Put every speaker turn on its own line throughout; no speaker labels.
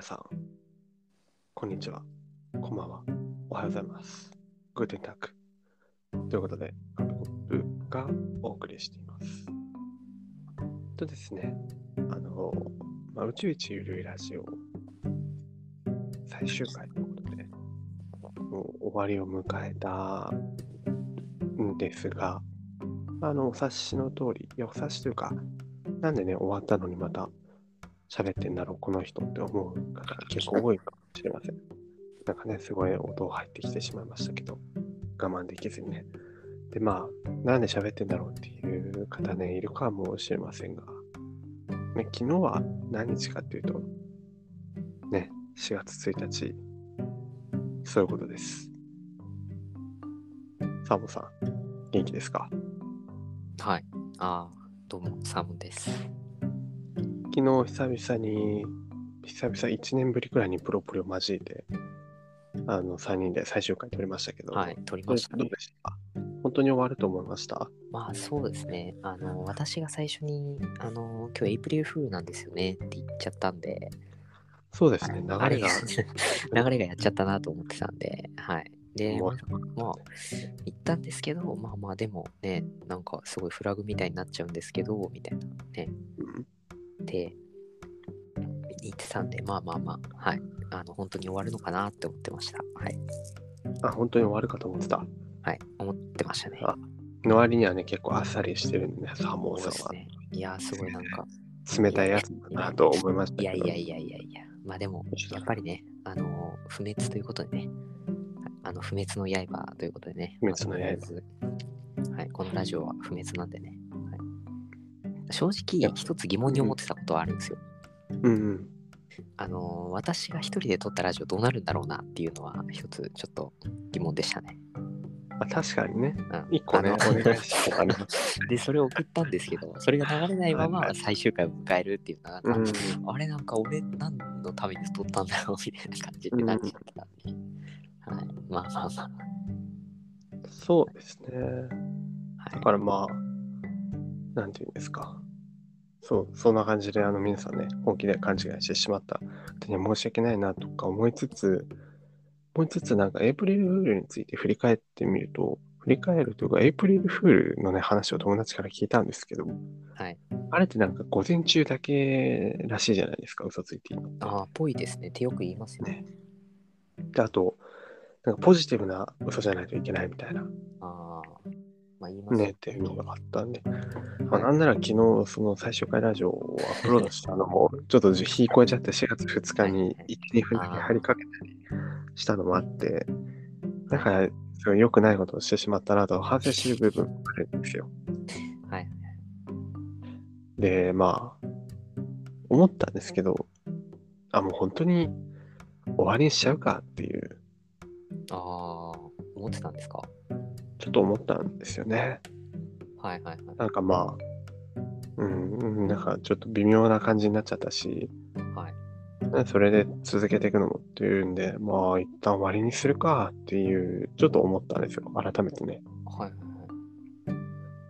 さん、こんにちは、こんばんは、おはようございます。グーテンタック。ということで、アップコップがお送りしています。とですね、あの、まあ、宇宙一ゆるいラジオ、最終回ということで、もう終わりを迎えたんですが、あの、お察しの通り、いや、お察しというか、なんでね、終わったのにまた喋ってんだろう、この人って思う方結構多いかもしれません。なんかね、すごい音入ってきてしまいましたけど、我慢できずにね。で、まあ、なんで喋ってんだろうっていう方ね、いるかもしれませんが、ね、昨日は何日かっていうと、ね、4月1日、そういうことです。サボさん、元気ですか
はい。ああ、どうも、サムです。
昨日久々に久々1年ぶりくらいにプロポリを交えてあの3人で最終回撮りましたけど、
はい、撮り
どう
ま
で
した
どう
ね。
でした本当に終わると思いました
まあ、そうですね。あの、私が最初に、あの、今日エイプリルフールなんですよねって言っちゃったんで、
そうですね
あ
流れ
れ
が
が、 流れがやっちゃったなと思ってたんで、はい。で、
も
ま
う
あ、まあ言ったんですけど、まあまあ、でもね、なんかすごいフラグみたいになっちゃうんですけど、みたいなね、
うん
で、言ってたんで、まあまあまあ、はい。あの、本当に終わるのかなって思ってました。はい。
あ本当に終わるかと思ってた
はい、思ってましたね。
あの割にはね結構あっさりしてるんでねサモン
そ
さ
うで
ん
す
は、
ね。いやー、すごいなんか、
冷たいやつだなと思いましたけ
いや
ど
いやいやいやいや、まあでも、やっぱりね、あのー、不滅ということでね、あの、不滅の刃ということでね、
不滅の刃
まあとりあえずはい、このラジオは不滅なんでね。はい正直、一つ疑問に思ってたことはあるんですよ。
うんうん
あのー、私が一人で撮ったラジオどうなるんだろうなっていうのは、一つちょっと疑問でしたね。
あ確かにね
うん
一個ね
あの
お願いしよう かな
で、それを送ったんですけど、それが流れないまま最終回を迎えるっていうのが、
うん
あれなんか俺何のために撮ったんだろうみたいな感じになっちゃったんで、はい。まあまあまあ。
そうですねだ
は
からまあ、なんていうんですか。そう、そんな感じで、あの、皆さんね、本気で勘違いしてしまったことには申し訳ないなとか思いつつ、思いつつ、なんか、エイプリルフールについて振り返ってみると、振り返るというか、エイプリルフールのね、話を友達から聞いたんですけど、
い。はい、
あれってなんか、午前中だけらしいじゃないですか、嘘ついていいの。
ああ、ぽいですね。ってよく言いますよね。
ね。で、あと、なんかポジティブな嘘じゃないといけないみたいな
ああ。まあ言います
ねっていうのがあったんで、まあ、なんなら昨日その最終回ラジオをアップロードしたのもちょっと日超えちゃって4月2日に1、2分だけ入りかけたりしたのもあってだからそう良くないことをしてしまったなと反省してる部分もあるんですよ
はい。
でまあ思ったんですけどあもう本当に終わりにしちゃうかっていう
ああ、思ってたんですか
ちょっと思ったんですよね
はいはいは
なんかまあうんなんかちょっと微妙な感じになっちゃったし
い。はい、
ねそれで続けていくのもっていうんで、まあ、一旦終わりにするかっていう、ちょっと思ったんですよ、改めてね。
はいはいはい。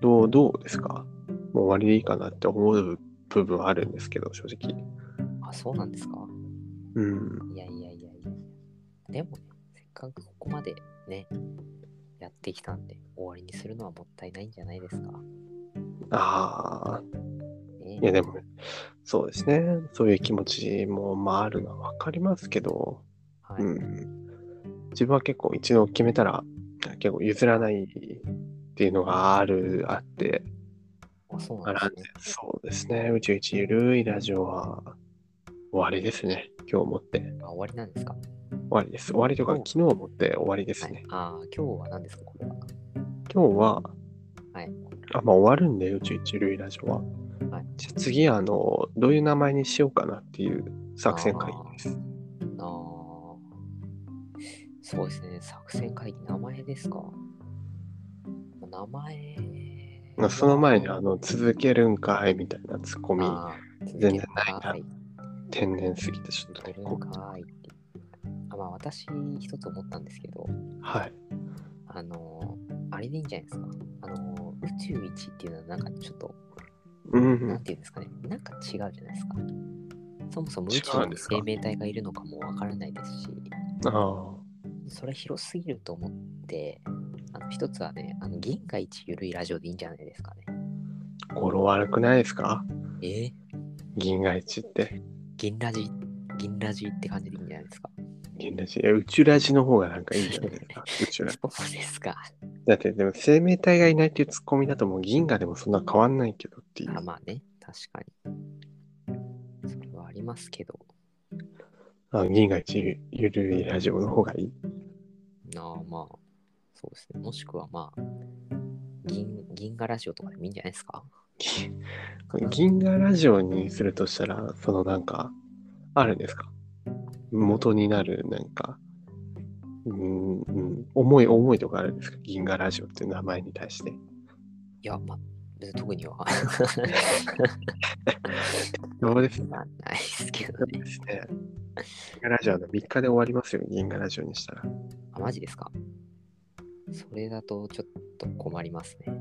どうどうですかもう終わりでいいかなって思う部分あるんですけど、正直。
あ、そうなんですか
うん。
いやいやいやいや。でもね、せっかくここまでね、やってきたんで、終わりにするのはもったいないんじゃないですか。
ああ、
ね
いやでも、そうですね。そういう気持ちも、まあ、あるのはわかりますけど、
はい。
うん。自分は結構一度決めたら、結構譲らないっていうのがある、あって、
あ、そう
あ
なんで
ら
すね。
そうですね。宇宙一ゆるいラジオは終わりですね。今日もって終
あ、終わりなんですか
わりです。終わりとか
お
昨日もって終わりです
は
ね。
い、ああ、今日は何ですか、これは。
今日は、
はい
あ、まあ終わるんで、宇宙一ゆるいラジオは。
はい
じゃあ次、あの、どういう名前にしようかなっていう作戦会議です。
ああ、そうですね、作戦会議、名前ですか。名前
まあ、その前に、あの、続けるんかいみたいなツッコミ、
あー続
全
け
然
る
ない
か
な
ーい。
天然すぎて、ちょっと
続け
ね、
る
こ
んかーいって。あまあ、私、一つ思ったんですけど、
うはい。
あのーあれでいいんじゃないですか。あのー宇宙一っていうのは、なんかちょっと、
うんう
なん
ん。
ていうんですかね、なんか違うじゃないですか。そもそも宇
そう
宙
なんで
に
すか
生命体がいるのかもわからないですし、
ああ。
それは広すぎると思って、あの一つはね、あの銀河一ゆるいラジオでいいんじゃないですかね。
語呂悪くないですか
ええ
銀河一って。
銀ラジ、銀ラジって感じでいいんじゃないですか。
銀ラジ。いや宇宙ラジの方がなんかいいんじゃないです か。宇宙ラジ。
そうですか。
だって、でも生命体がいないっていうツッコミだともう銀河でもそんな変わんないけどっていう
あ。まあね、確かに。それはありますけど、
あ銀河一ゆゆるいラジオの方がいい。
なあまあ、そうですね。もしくはまあ、銀、銀河ラジオとかでもいいんじゃないですか。
銀銀河ラジオにするとしたら、そのなんか、あるんですか元になるなんか、うん、うん、思い思いとかあるんですか銀河ラジオっていう名前に対して。
いや、まあ、別に特には。
どうです
まあ、ないですけ
そ
ど
う
ね。
ですね。銀河ラジオの3日で終わりますよ、銀河ラジオにしたら。
あ、マジですか。それだとちょっと困りますね。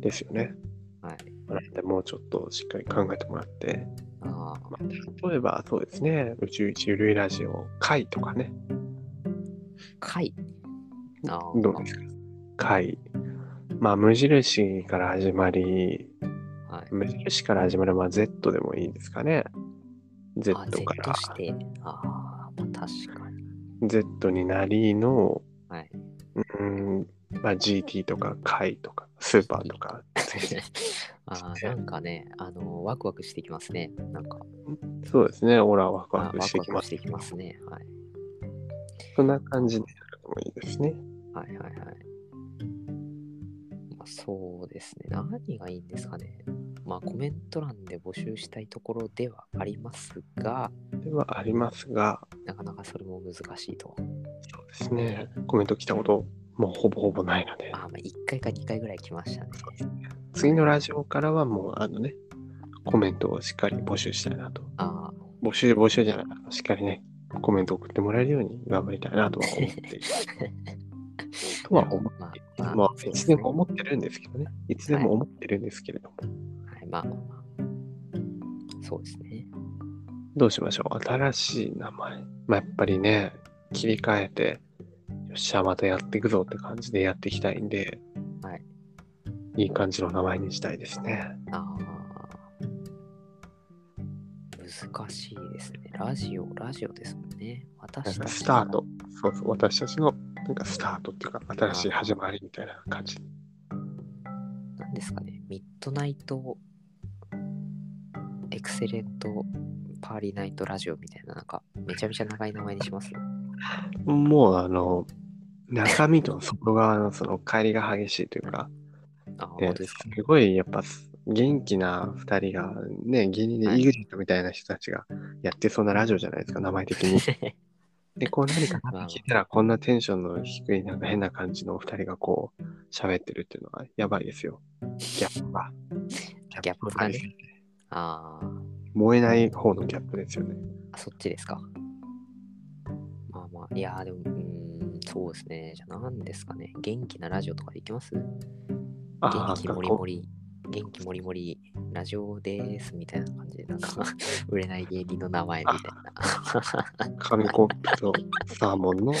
ですよね。
はい。
なので、もうちょっとしっかり考えてもらって、
ああ、
まあ、例えばそうですね、宇宙一ゆるいラジオ、回とかね、
回。ああ、
どうですか回。まあ、無印から始まり、
はい。
無印から始まる、まあ、Z でもいいですかね。Z
あ、Z
から
して。ああ、まあ確かに。
Z になりの、
はい。
うんまあ、GT とか回とか、スーパーとか、
ああ、なんかね、あのワクワクしてきますね。なんか、
そうですね、オラワク
あ
ワクしてきます。
してきますね。はい。
そんな感じでやるのもいいですね。
はいはいはい。まあ、そうですね。何がいいんですかね。まあコメント欄で募集したいところではありますが、
ではありますが、
なかなかそれも難しいと。
そうですね、コメント来たこと、もうほぼほぼないので
あ、、まあ1回か2回ぐらい来ましたね。
次のラジオからはもう、あのね、コメントをしっかり募集したいなと。
あ
募集、募集じゃないな、しっかりね、コメント送ってもらえるように頑張りたいなとは思 っている。と
あ、
は思っ
ま
て、
あ、
まあ、
そう
い
で
つ
す
で
ね
も思ってるんですけどね、いつでも思ってるんですけれども、
はい、まあ、まあまあそうですね。
どうしましょう、新しい名前。まあ、やっぱりね、切り替えて、よっしゃ、またやっていくぞって感じでやっていきたいんで、
はい。
いい感じの名前にしたいですね。
あー難しいですね。ラジオ、ラジオですもんね。
なん
私
か
たち
スタート。そうそう、私たちのなんかスタートっていうか、新しい始まりみたいな感じ。
なんですかね、ミッドナイト、エクセレント、パーリーナイトラジオみたいな、なんか、めちゃめちゃ長い名前にします。
もう、あの、中身と外側のその乖離が激しいというか、
あ、
ね
本当ですか。
すごいやっぱ元気な2人が、ね、芸人で
はい
EXIT みたいな人たちがやってそうなラジオじゃないですか、名前的 に。で、こう何か
まあ
聞いたらこんなテンションの低い、なんか変な感じのお二人がこう、喋ってるっていうのはやばいですよ。ギャップが。
ギャップがね
ですよ
あ
燃えない方のギャップですよね。
あ、そっちですか。まあまあ、いやーでも、うーん、そうですね。じゃあ、何ですかね。元気なラジオとかでいきます元気もりもり、元気もりもり、ラジオですみたいな感じで、なんか、売れない芸人の名前みたいな。
紙コップとサーモンの元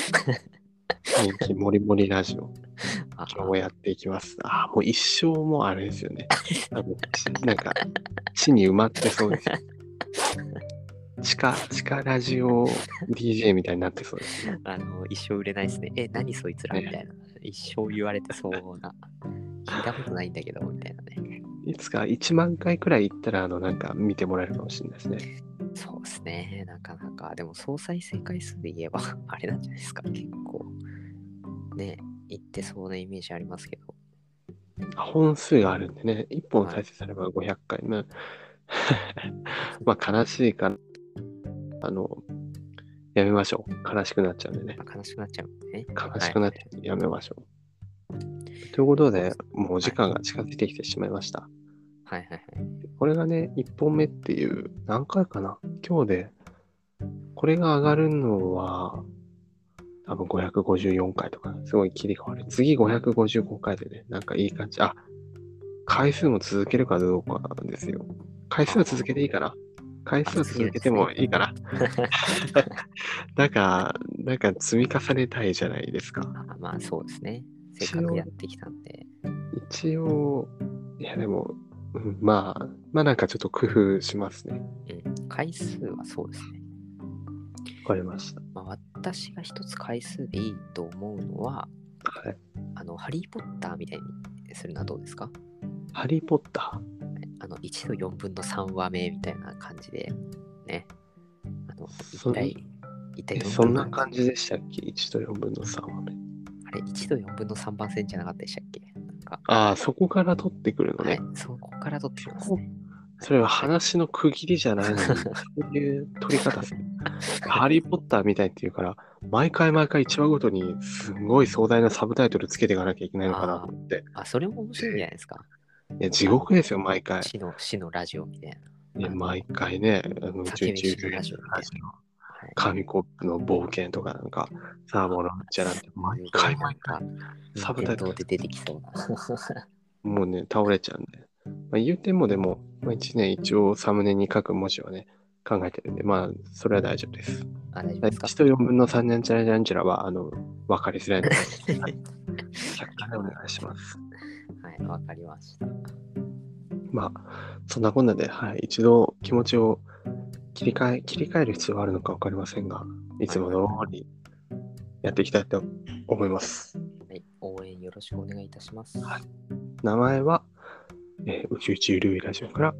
気もりもりラジオ、
あー
今日もやっていきます。ああ、もう一生もうあれですよね。あのちなんか、地に埋まってそうですよ。地下、地下ラジオ DJ みたいになってそうですね。
あの一生売れないですね。え、何そいつら
ね
みたいな。一生言われてそうな。聞いたことないんだけど、みたいなね。
いつか1万回くらい行ったら、あの、なんか見てもらえるかもしれないですね。
そうですね。なかなか。でも、総再生回数で言えば、 あれなんじゃないですか。結構。ね、言ってそうなイメージありますけど。
本数があるんでね、1本
はい
再生されば500回。まあ まあ、悲しいかな。あの、やめましょう。悲しくなっちゃうんでね。
まあ悲しくなっちゃうんでね。
悲しくなってやめましょう。ということで、もうお時間が近づいてきてしまいました。
はいはいはい。
これがね、1本目っていう、何回かな今日で、これが上がるのは、多分554回とか、すごい切り替わる。次555回でね、なんかいい感じ。あ、回数も続けるかどうかなんですよ。回数は続けていいかな回数続けてもいいかな。なんか、なんか積み重ねたいじゃないですか。
あ まあそうですね。せ
一応
っかくやってきたんで。
一応、いやでも、うんまあ、まあなんかちょっと工夫しますね。
うん、回数はそうですね。
わかりました。
まあ、私が一つ回数でいいと思うのは、
はい。
あの、ハリー・ポッターみたいにするのはどうですか
ハリー・ポッタ
あの、1の4分の3話目みたいな感じで、ね。あの、
そ
一
ん
体、一
ー
体
え、
ど
そんな
分
感じでしたっけ ?1 と4分の3はね。
あれ、1の4分の3番線じゃなかったでしたっけなんか、
ああ、そこから取ってくるの
はい
ね。、
そこから取ってきますね。
それは話の区切りじゃ ないのに、そういう取り方する。 ハリー・ポッターみたいっていうから、毎回毎回1話ごとにすごい壮大なサブタイトルつけていかなきゃいけないのかなと思って。
あ、それも面白いんじゃないですか。
いや、地獄ですよ、毎回。
死の死のラジオみたい
い
な。
や毎回ね、あの宇宙
叫び
中
死のラジオみたいな。はい
紙コップの冒険とかなんか、サーモのじゃなくて、毎回
な
毎
んか、
回サブタイトル
で出てきそうな。
もうね、倒れちゃうんで。まあ、言うてもでも、まあ、1年一応サムネに書く文字はね、考えてるんで、まあ、それは大丈夫です。
あ、大丈夫ですか
1と4分の3なんちゃらなんちゃらは、あの、わかりづらい ので、100回お願いします。
はい、わかりました。
まあ、そんなこんなで、はい、一度気持ちを切り替え、切り替える必要があるのかわかりませんが、いつも通りやっていきたいと思います。
はい、応援よろしくお願いいたします。
はい名前は、えー宇宙一ゆるいラジオから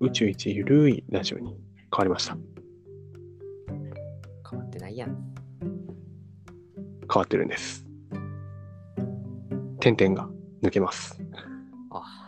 宇宙一ゆるいラジオに変わりました。
変わってないやん。
変わってるんです。点々が抜けます。
あ、